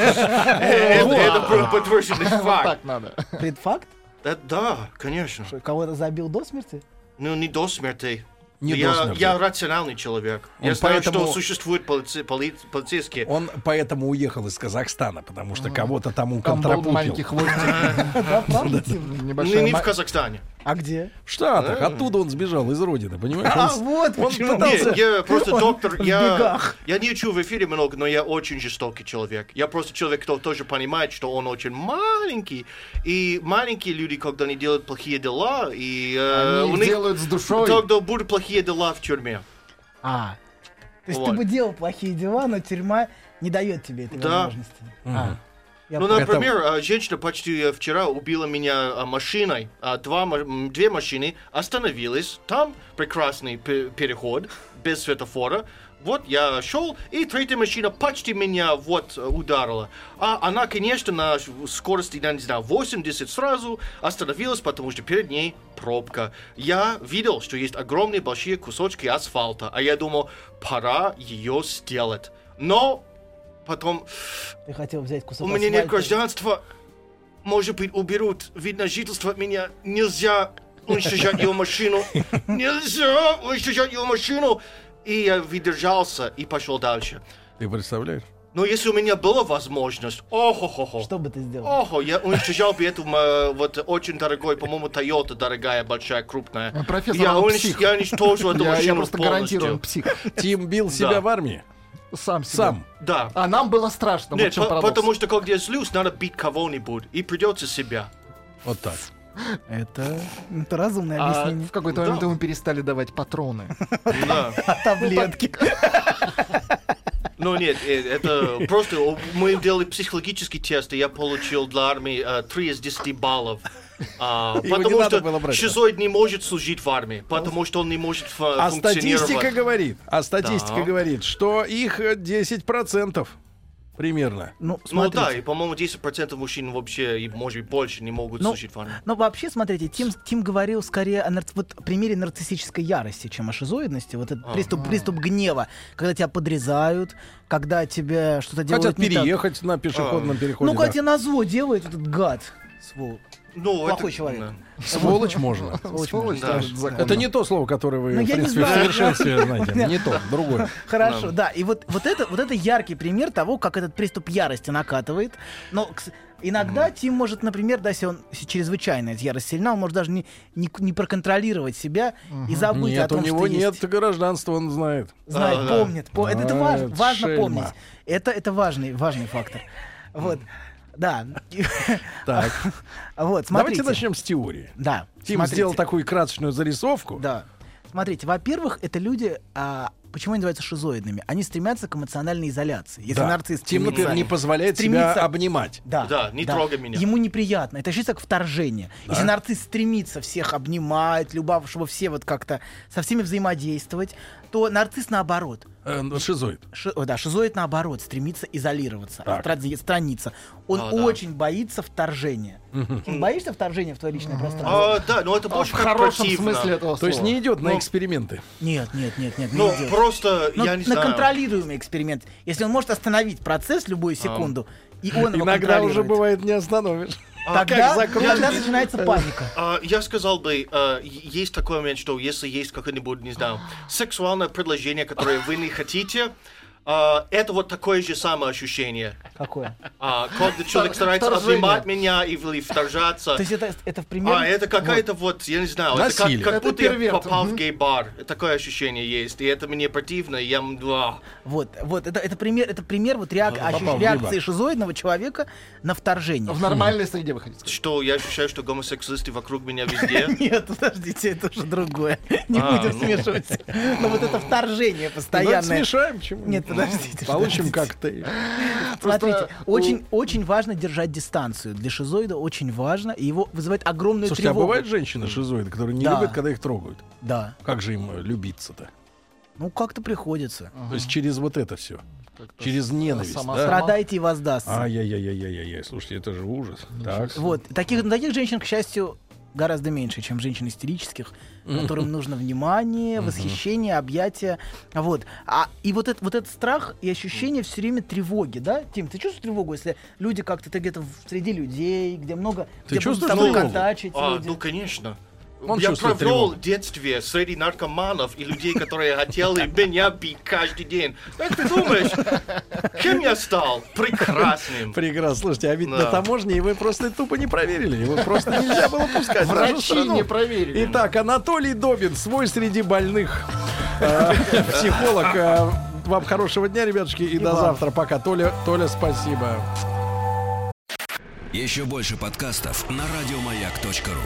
Это это про- подтвержденный
Вот
факт.
так надо.
Предфакт?
Э, Да, конечно.
Что, кого-то забил до смерти?
Ну, не до смерти.
Не
я,
до смерти.
я рациональный человек.
Он
я знаю,
поэтому-
что существуют полици- поли- полицейские.
Он поэтому уехал из Казахстана, потому что кого-то тому
Там был
контрапупил.
маленький хвостик.
Да, правда, Тим?
Не,
Небольшая
не в
ма-
Казахстане.
А где?
В Штатах. Оттуда он сбежал из родины, понимаешь? Он
А,
с-
вот
он
почему.
пытался-
Нет, я просто
Он
доктор,
в
я,
бегах.
я не учу в эфире много, но я очень жестокий человек. Я просто человек, кто тоже понимает, что он очень маленький. И маленькие люди, когда они делают плохие дела, и э,
Они
у
их
них
делают с душой.
тогда будут плохие дела в тюрьме.
А. То есть ты
Вот.
бы делал плохие дела, но тюрьма не дает тебе этой
Да.
возможности. А. Я
Ну,
понял.
например, э, женщина почти э, вчера убила меня э, машиной. А, Два, ма- м, две машины остановились. Там прекрасный пе- переход без светофора. Вот я шел, и третья машина почти меня вот э, ударила. А она, конечно, на ш- скорости, я не знаю, 80 сразу остановилась, потому что перед ней пробка. Я видел, что есть огромные большие кусочки асфальта, а я думал, пора ее сделать. Но потом
Ты хотел взять кусок
у меня нет
асфальта.
гражданства. Может быть, уберут вид на жительство от меня. Нельзя уничтожать его машину. Нельзя уничтожать его машину. И я выдержался и пошел дальше.
Ты представляешь?
Но если у меня была возможность, о-хо-хо-хо.
Что бы ты сделал?
Охо, я уничтожал бы эту м, вот очень дорогой, по-моему, Toyota дорогая, большая, крупная.
А, профессор,
я,
он
унич-
псих.
я уничтожил эту
Я, я
машину
просто гарантирую, он
полностью.
псих.
Тим бил себя
Да.
в армии.
Сам себя.
Сам.
Да.
А нам было страшно. вот
Нет,
чем
по-
парадокс.
потому что когда я злюсь, надо бить кого-нибудь. И придется себя.
Вот так.
Это... Ну, Это разумное
А
объяснение.
в какой-то
Да.
момент ему перестали давать патроны.
Да.
Таблетки.
Ну нет, э, это просто о, мы делали психологический тест, и я получил для армии э, 3 из 10 баллов. А,
Его не
потому
надо
что
было брать, да.
шизоид не может служить в армии, потому что он не может фу-
А
функционировать.
статистика говорит, а статистика
Да.
говорит, что их э, 10%. примерно.
Ну,
Ну
смотрите.
да, и, по-моему, 10% мужчин вообще, и, может быть, больше не могут
Ну,
слушать ванну.
Но вообще, смотрите, Тим, Тим говорил скорее о нарци- вот, примере нарциссической ярости, чем о шизоидности. Вот этот
А.
приступ, приступ гнева, когда тебя подрезают, когда тебе что-то делают
Хотят
не так.
переехать на пешеходном переходе.
Ну, когда
да.
тебе на зло делает этот гад. Свол.
Ну,
Плохой человек.
да.
Сволочь можно.
Сволочь,
Сволочь,
да.
даже законно.
Это не то слово, которое вы,
Ну,
в
я не
принципе, в
знаю.
совершенстве знаете. Не то, другое.
Хорошо, да. И вот, вот, это, вот это яркий пример того, как этот приступ ярости накатывает. Но кс- иногда Тим может, например, да, если он если чрезвычайно эта ярость сильна, он может даже не, не, не проконтролировать себя и забыть о
Нет,
том,
у него
что есть.
нет гражданства, он знает.
знает,
А, да.
помнит. по- Это, это важ-
Знает,
важно
шельма.
помнить. Это, это важный, важный фактор. Вот. Да.
Так.
Вот, смотрите.
Давайте начнем с теории.
Да.
Тим
смотрите.
сделал такую красочную зарисовку.
Да. Смотрите, во-первых, это люди... а, почему они называются шизоидными? Они стремятся к эмоциональной изоляции. Если
Да.
нарцисс
Тим, например,
стремится-
не позволяет себя
стремится-
обнимать.
Да,
Да, не трогай меня.
Ему неприятно. Это ощущается как вторжение. Если нарцисс стремится всех обнимать, любовь, чтобы все вот как-то со всеми взаимодействовать, то нарцисс наоборот.
Э, ну, Шизоид.
Ши- о, да, шизоид наоборот стремится изолироваться,
Так.
отстради- страница. Он
А, да.
очень боится вторжения. Ты боишься вторжения в твое личное пространство?
А, да, но это
А
больше
В
как
хорошем
противно.
смысле этого
То есть
слова.
не идет
Ну,
на эксперименты.
Нет, нет, нет, нет, не
Ну,
идет.
просто,
Ну,
я не
на
знаю.
контролируемый эксперимент. Если он может остановить процесс в
А.
любую секунду, и он его
Иногда уже
ну, контролирует,
бывает не остановишь.
Тогда,
А, как закрутит?
тогда начинается паника.
А, я сказал бы, а, е- есть такой момент, что если есть какое-нибудь, не знаю, сексуальное предложение, которое вы не хотите, а, это вот такое же самое ощущение.
Какое?
А, когда человек старается
вторжение.
обнимать меня и- или вторжаться.
То есть это, это пример...
А, это какая-то вот, я не знаю, это как,
Насилие.
как
Это
будто я
перверт,
попал в
мгм.
гей-бар. Такое ощущение есть. И это мне противно, и я... м, а, да.
Вот, вот, это, это пример, это пример вот реак- ощущ-
попал в
реакции
либо.
шизоидного человека на вторжение.
В нормальной среде вы хотите сказать.
Что, я ощущаю, что гомосексуалисты вокруг меня везде.
Нет, подождите, это уже другое. Не
А,
будем
ну.
смешивать. Но вот это вторжение
Давайте
постоянное.
Ну, смешаем чему
Нет, подождите, Ну,
Получим
подождите.
коктейль.
Смотрите,
Просто,
очень, очень важно держать дистанцию. Для шизоида очень важно, и его вызывает огромную
Слушайте, а
тревогу.
бывают женщины-шизоиды, которые не
Да.
любят, когда их трогают?
Да.
Как же им э, любить-то?
Ну, как-то приходится.
То есть через вот это все.
э,
Через ненависть.
сама-
да? А,
сама-
Страдайте и воздастся.
Ай-яй-яй-яй-яй-яй. Слушайте, это же ужас. Так.
Ну, Вот. Таких, ну, таких женщин, к счастью, гораздо меньше, чем женщин истерических, которым нужно внимание, восхищение, объятия. Вот. А, и вот, это, вот этот страх и ощущение все время тревоги, да? Тим, ты чувствуешь тревогу, если люди как-то, ты где-то в- среди людей, где много...
Ты
где будут
чувствуешь
с тобой
тревогу?
контачить
А,
люди?
ну, конечно.
Он
я
чувствует
провел
тревогу.
детстве среди наркоманов и людей, которые хотели меня бить каждый день. Как ты думаешь, кем я стал? Прекрасным.
Прекрасно. Слушайте, а ведь
Да.
на таможне его просто тупо не проверили. Его просто нельзя было пускать. в нашу
Врачи
страну.
не проверили.
Итак, Анатолий Добин, свой среди больных. Э, Психолог. Э, Вам хорошего дня, ребятушки, и до
вам.
завтра. Пока. Толя, Толя, спасибо.
Еще больше подкастов на радиомаяк.ру.